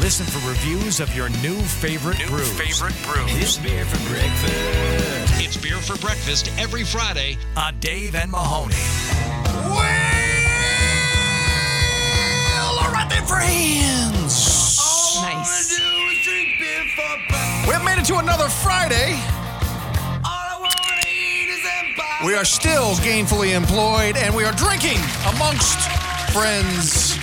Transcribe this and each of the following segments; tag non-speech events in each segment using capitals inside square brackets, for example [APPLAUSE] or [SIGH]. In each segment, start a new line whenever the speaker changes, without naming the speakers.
Listen for reviews of your new favorite
New
brews.
favorite brews.
It's beer for breakfast.
It's beer for breakfast every Friday.
on Dave and Mahoney.
Well, all right then, friends.
Nice.
We have made it to another Friday. We are still gainfully employed and we are drinking amongst friends.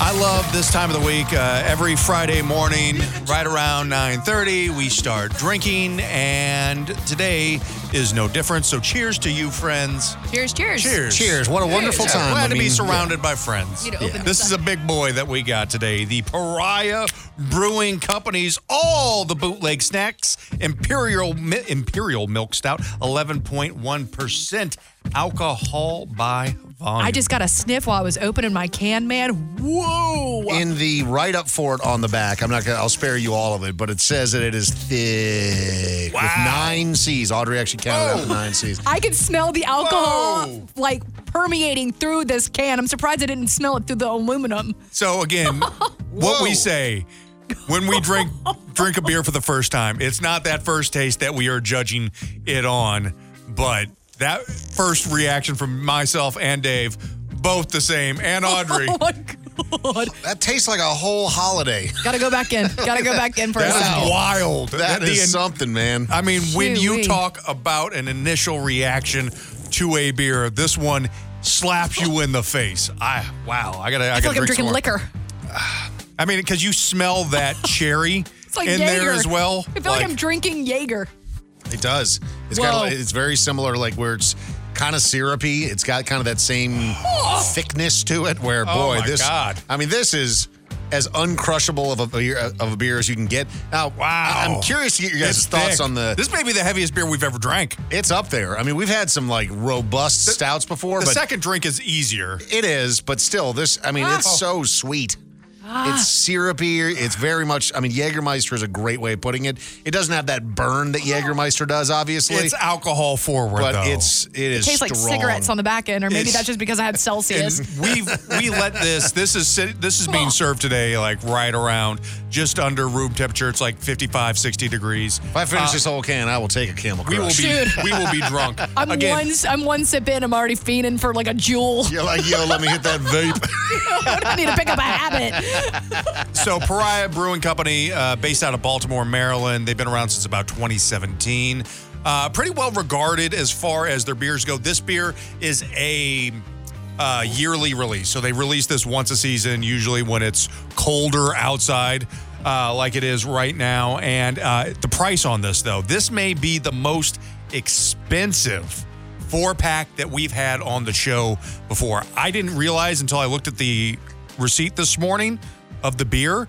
I love this time of the week. Uh, every Friday morning, right around 9:30, we start drinking and today is no different. So cheers to you friends.
Cheers, cheers.
Cheers.
Cheers. What a wonderful
Yeah,
time.
Glad
I
to be
mean,
surrounded by friends.
You know, open
This is a big boy that we got today. The Pariah Brewing Company's all the bootleg snacks Imperial Mi- Imperial Milk Stout, eleven point one percent alcohol by volume.
I just got a sniff while I was opening my can, man. Whoa.
In the write up for it on the back, I'm not gonna. I'll spare you all of it, but it says that it is thick with nine C's. Audrey actually counted out the
Oh.
nine C's.
I could smell the alcohol
Whoa.
like permeating through this can. I'm surprised I didn't smell it through the aluminum. [LAUGHS]
so again, what we say when we
[LAUGHS]
drink drink a beer for the first time, it's not that first taste that we are judging it on, but that first reaction from myself and Dave, both the same, and
[LAUGHS]
Audrey.
Oh my god.
That tastes like a
[LAUGHS]
whole holiday.
Gotta go back in. Gotta go back in for a
That is
second.
wild.
That
the
is
in-
something, man.
I mean, when you
Shoo-wee.
talk about an initial reaction to a beer, this one slaps you in the face. I wow. I gotta. I,
I
gotta
feel like I'm
drink some
drinking
more.
liquor.
I mean, because you smell that cherry
[LAUGHS] It's like
in
Jaeger.
there as well.
I feel like, I'm drinking Jaeger.
It does. It's got.
Whoa.
like- It's very similar, like where it's kind of syrupy. It's got kind of that same thickness to it. Where boy,
Oh my
this.
God.
I mean, this is as uncrushable of a beer, of a beer as you can get. Now, I- I'm curious to get your guys'
It's
thoughts
thick.
on the.
This may be the heaviest beer we've ever drank.
it's up there. I mean, we've had some like robust stouts before,
The
but
second drink is easier.
it is. But still, this. I mean, it's so sweet.
Ah.
It's syrupy. It's very much. I mean, Jägermeister is a great way of putting it. It doesn't have that burn
Oh.
that Jägermeister does, obviously.
It's alcohol forward,
but
though.
it's it is
Tastes like
strong.
cigarettes on the back end, or maybe
It's-
that's just because I had Celsius.
And we we let this this is sit- this is being served today like right around just under room temperature. It's like 55, 60 degrees. Uh,
If I
Ah.
finish this whole can, I will take a camel crush.
We will be
Dude.
we will be drunk
[LAUGHS] I'm
again.
one I'm one sip in, I'm already fiending for like a jewel.
[LAUGHS]
[LAUGHS]
You're like, yo, let me hit that vape.
I need to pick up a habit.
So Pariah Brewing Company, uh, based out of Baltimore, Maryland, they've been around since about 2017. Uh, pretty well regarded as far as their beers go. This beer is a uh, yearly release, so they release this once a season, usually when it's colder outside. Uh, like it is right now. And uh, the price on this, though, this may be the most expensive four pack that we've had on the show before. I didn't realize until I looked at the receipt this morning of the beer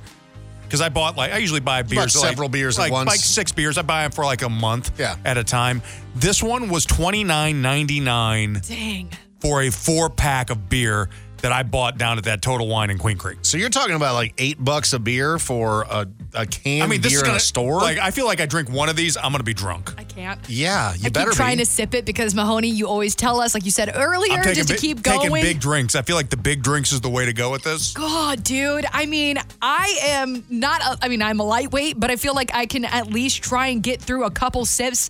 because I bought like I usually buy beers like-
several beers at
like,
once.
like six beers. I buy them for like a month
Yeah.
at a time. This one was twenty nine ninety nine
Dang.
for a four pack of beer that I bought down at that Total Wine in Queen Creek.
So you're talking about like eight bucks a beer for a, a can
I mean, this
beer
is gonna,
in a store?
Like I feel like I drink one of these, I'm gonna be drunk.
I can't.
yeah, you
I
better
keep trying
be.
to sip it because Mahoney, you always tell us, like you said earlier,
I'm
just to
bi-
keep
taking
going.
big drinks. I feel like the big drinks is the way to go with this.
God, dude. I mean, I am not, a, I mean, I'm a lightweight, but I feel like I can at least try and get through a couple sips.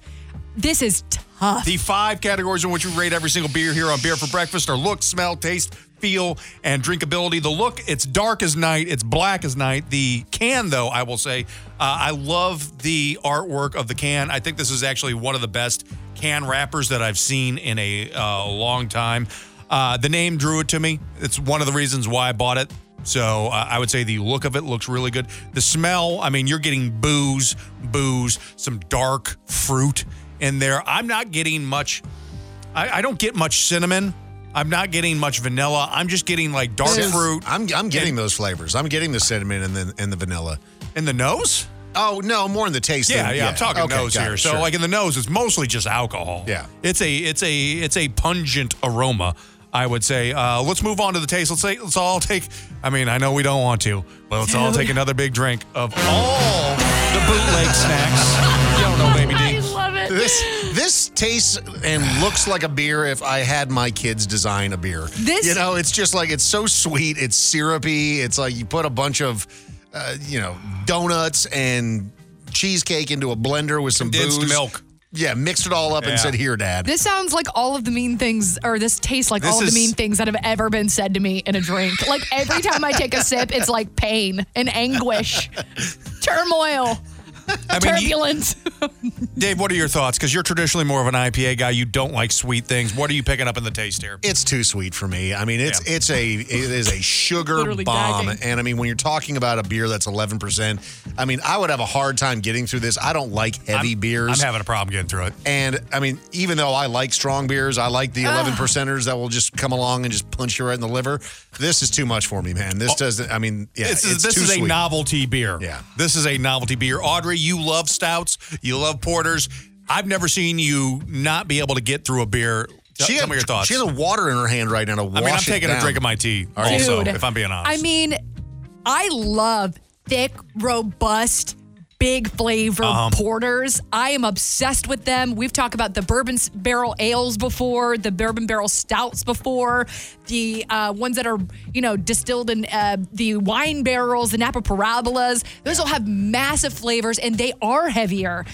This is tough.
The five categories in which we rate every single beer here on Beer for Breakfast are look, smell, taste, feel, and drinkability. The look, it's dark as night, it's black as night. The can, though, I will say, uh, I love the artwork of the can. I think this is actually one of the best can wrappers that I've seen in a uh, long time. Uh, the name drew it to me. It's one of the reasons why I bought it. So uh, I would say the look of it looks really good. The smell, I mean, you're getting booze, booze, some dark fruit in there. I'm not getting much. I, I don't get much cinnamon. I I'm not getting much vanilla. I'm just getting like dark
Yeah.
fruit
I'm I'm getting those flavors. I'm getting the cinnamon and the and the vanilla.
in the nose.
Oh no, more in the taste.
Yeah,
than,
yeah, I'm talking
Okay,
nose
got
here.
it,
So
sure.
like in the nose, it's mostly just alcohol.
Yeah.
it's a it's a it's a pungent aroma. I would say. Uh, let's move on to the taste. Let's say let's all take. I mean, I know we don't want to, but let's all take another big drink of all the bootleg snacks. You don't know, baby D.
love it.
this this tastes and looks like a beer if I had my kids design a beer.
This-
you know, it's just like it's so sweet, it's syrupy, it's like you put a bunch of uh, you know, donuts and cheesecake into a blender with some
Condensed
booze.
milk.
Yeah, mixed it all up
Yeah.
and said, "Here, dad."
This sounds like all of the mean things, or this tastes like
This
all of
is-
the mean things that have ever been said to me in a drink. Like every time I take a sip, it's like pain and
[LAUGHS]
anguish, turmoil,
I mean, you-
turbulence.
Dave, what are your thoughts? Because you're traditionally more of an IPA guy. You don't like sweet things. What are you picking up in the taste here?
it's too sweet for me. I mean, it's
Yeah.
it's a it is a sugar
Literally
bomb,
gagging.
and I mean, when you're talking about a beer that's 11, percent I mean, I would have a hard time getting through this. I don't like heavy beers.
I'm having a problem getting through it.
And I mean, even though I like strong beers, I like the 11 percenters that will just come along and just punch you right in the liver. This is too much for me, man. This doesn't, I mean, yeah,
Oh. This is
it's
this
too
is
sweet.
a novelty beer.
Yeah.
This is a novelty beer. Audrey, you love stouts, you love porters. I've never seen you not be able to get through a beer. Tell,
She
tell
had,
me your thoughts.
She has a water in her hand right now to
I
wash
mean, I'm
it
taking a
down.
drink of my tea
right.
also,
Dude,
if I'm being honest.
I mean, I love thick, robust, big flavor porters. I am obsessed with them. We've talked about the bourbon s- barrel ales before, the bourbon barrel stouts before, the uh, ones that are you know distilled in uh, the wine barrels, the Napa parabolas. Those will have massive flavors, and they are heavier.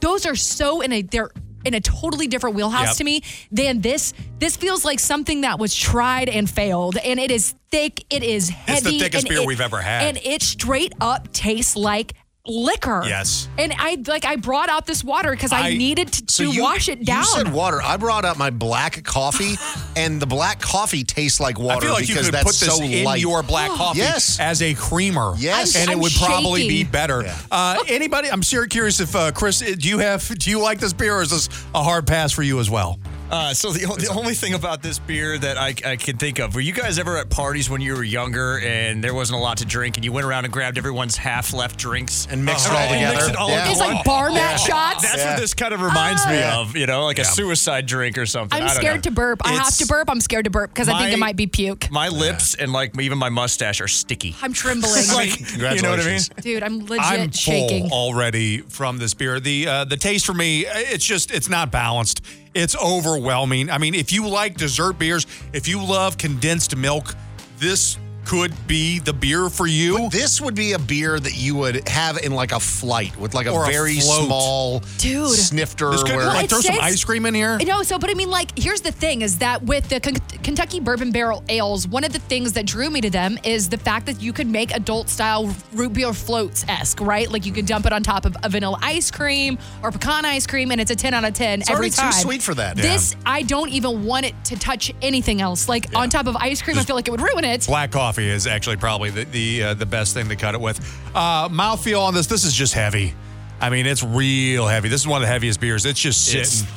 Those are so in a they're in a totally different wheelhouse
Yep.
to me than this. This feels like something that was tried and failed, and it is thick. It is heavy.
It's the thickest
and
beer
it-
we've ever had.
and it straight up tastes like liquor.
Yes.
and I like I brought out this water because I,
I-
needed to,
So
to
you-
wash it down.
You said water. I brought out my black
[LAUGHS]
coffee, and the black coffee tastes like water
I feel like you
because
could put
that's
this
so
in
light. [LAUGHS]
your
[GASPS]
black coffee
Yes.
as a creamer.
Yes.
and it
I'm
would probably be
shaking.
better.
Yeah.
Uh, anybody? I'm serious curious if uh, Chris, do you have? Do you like this beer, or is this a hard pass for you as well?
Uh, so the, o- the only thing about this beer that I, I can think of, were you guys ever at parties when you were younger and there wasn't a lot to drink and you went around and grabbed everyone's half left drinks
And mixed it all
and mixed
together?
it all
Yeah.
into
it's
one?
like bar mat shots.
That's
Yeah.
what this kind of reminds me
Ah.
of, you know, like a suicide drink or something. I
I'm
don't
scared
know.
to burp. I have
It's-
to burp. I'm scared to burp because I think it
My-
might be puke.
My lips and like even my mustache are sticky.
I'm trembling,
[LAUGHS]
It's like, you know what I mean?
Congratulations.
dude. I'm legit
I'm
shaking.
full already from this beer. The uh, the taste for me, it's just it's not balanced. It's overwhelming. I mean, if you like dessert beers, if you love condensed milk, this could be the beer for you.
This would be a beer that you would have in like a flight with like a
Or a
very
float.
small
Dude.
snifter.
This could
where,
like
It
throw some
says-
ice cream in here.
No, so, but I mean, like, here's the thing is that with the Ken- Kentucky Bourbon Barrel Ales, one of the things that drew me to them is the fact that you could make adult style root beer floats esque, right? Like, you could dump it on top of a vanilla ice cream or pecan ice cream, and it's a 10 out of 10 every
already too
time.
sweet for that.
This, I don't even want it to touch anything else. Like, on top of ice cream, I feel like it would ruin it.
Black coffee is actually probably the the, uh, the best thing to cut it with. Uh, mouthfeel on this, this is just heavy. I mean, it's real heavy. This is one of the heaviest beers. It's just sitting Oh,
It's
I'm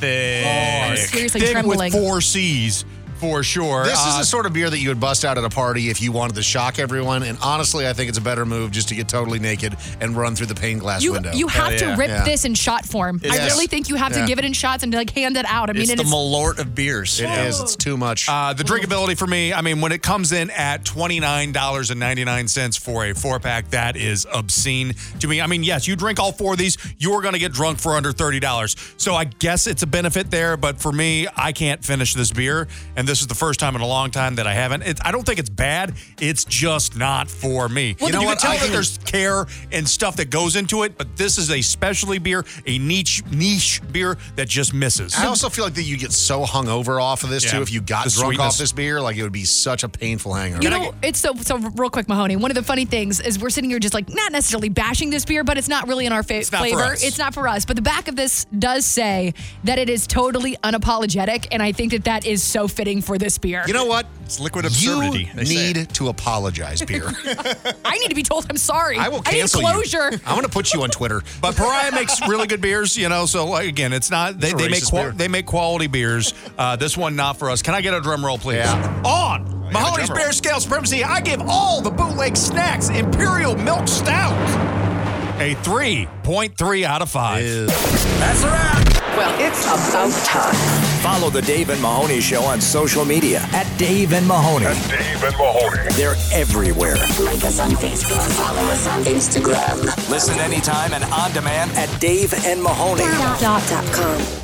thick.
Oh, seriously
thick
trembling.
with four C's for sure.
This
Uh,
is the sort of beer that you would bust out at a party if you wanted to shock everyone. And honestly, I think it's a better move just to get totally naked and run through the pane glass
you,
window.
you have
yeah.
to rip
Yeah.
this in shot form. I
Yes.
really think you have
Yeah.
to give it in shots and like hand it out. I mean,
It's
and
the
it's
malort of beers.
It is. It's too much.
Uh, the drinkability for me, I mean, when it comes in at $29.99 for a four pack, that is obscene to me. I mean, yes, you drink all four of these, you're going to get drunk for under $30. So I guess it's a benefit there, but for me, I can't finish this beer. And this is the first time in a long time that I haven't. It, I don't think it's bad, it's just not for me.
Well,
you know
then you
what?
can
I
tell
think
them-
there's care and stuff that goes into it, but this is a specialty beer, a niche niche beer that just misses.
I also feel like that you get so hungover off of this
Yeah.
too. If you got
The
drunk
sweetness.
off this beer, like it would be such a painful hangover.
You know, it's so so real quick, Mahoney. One of the funny things is we're sitting here just like not necessarily bashing this beer, but it's not really in our fa-
not for
flavor.
us.
It's not for us. But the back of this does say that it is totally unapologetic, and I think that that is so fitting for this beer.
You know what?
It's liquid absurdity,
You
they say.
need to apologize,
[LAUGHS]
beer.
I need to be told I'm sorry.
I will cancel
need
[LAUGHS]
closure.
you. I'm going to put you on Twitter.
But Pariah makes really good beers, you know. So like, again, it's not they,
It's a
they make
racist
qua-
beer.
they make quality beers. Uh, this one not for us. Can I get a drum roll, please?
Yeah.
On Mahoney's
drum roll.
Beer Scale Supremacy, I give all the bootleg snacks Imperial Milk Stout a three point three out of five.
That's a wrap.
Well, it's about time.
Follow the Dave and Mahoney Show on social media at Dave and Mahoney.
Dave and Mahoney.
They're everywhere.
Like us on Facebook, follow us on Instagram.
Listen anytime and on demand at Dave and Mahoney.
Dot, dot, dot com.